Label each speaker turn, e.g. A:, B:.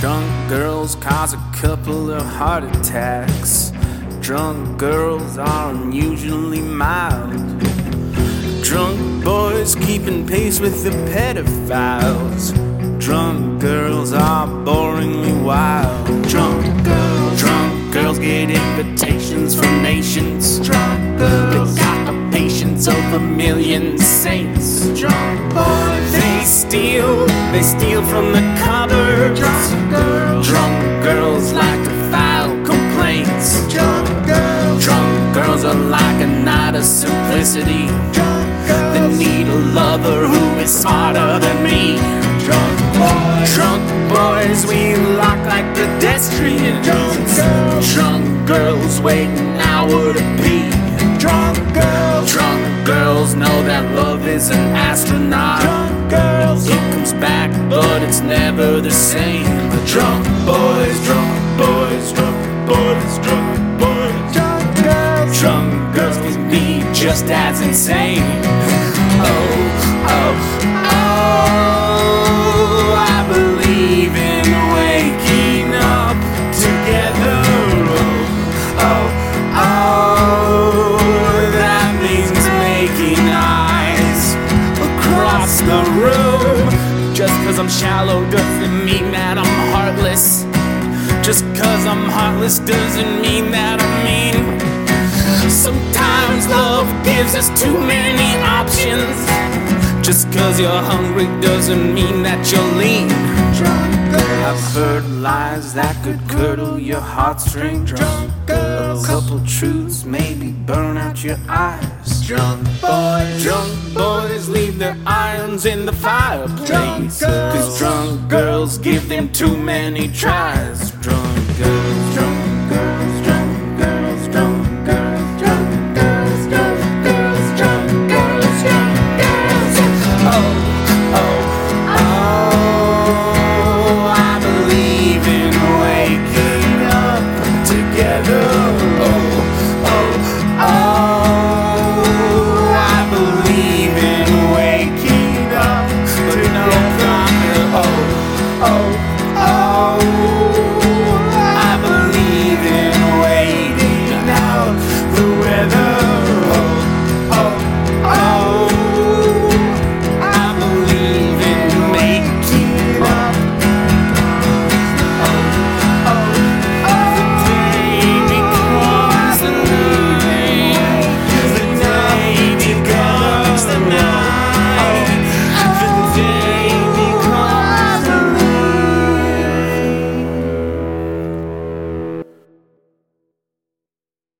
A: Drunk girls cause a couple of heart attacks. Drunk girls are unusually mild. Drunk boys keeping pace with the pedophiles. Drunk girls are boringly wild. Drunk girls, drunk girls get invitations from nations. Drunk girls, they got the patience of a million saints. Drunk boys, they steal, they steal from the cupboards. Drunk girls, drunk girls like to file complaints. Drunk girls, drunk girls are like a knot of simplicity. Drunk girls, they need a lover who is smarter than me. Drunk boys, drunk boys, we lock like pedestrians. Drunk girls, drunk girls wait an hour to pee. Drunk girls, drunk girls know that love is an astronaut. Drunk girls, it comes back, but it's never the same. Drunk boys, drunk boys, drunk boys, drunk boys, drunk girls, drunk girls can be just as insane. Oh, oh, oh, I believe in waking up together. Oh, oh, oh, that means making eyes across the room. Just cause I'm shallow doesn't mean that I'm heartless. Just cause I'm heartless doesn't mean that I'm mean. Sometimes love gives us too many options. Just cause you're hungry doesn't mean that you're lean. I've heard lies that could curdle your heartstrings. Drunk girls. A couple truths maybe burn out your eyes. Drunk boys. Drunk boys leave their irons in the fireplace. Drunk girls. Cause drunk girls give them too many tries. Drunk girls. Drunk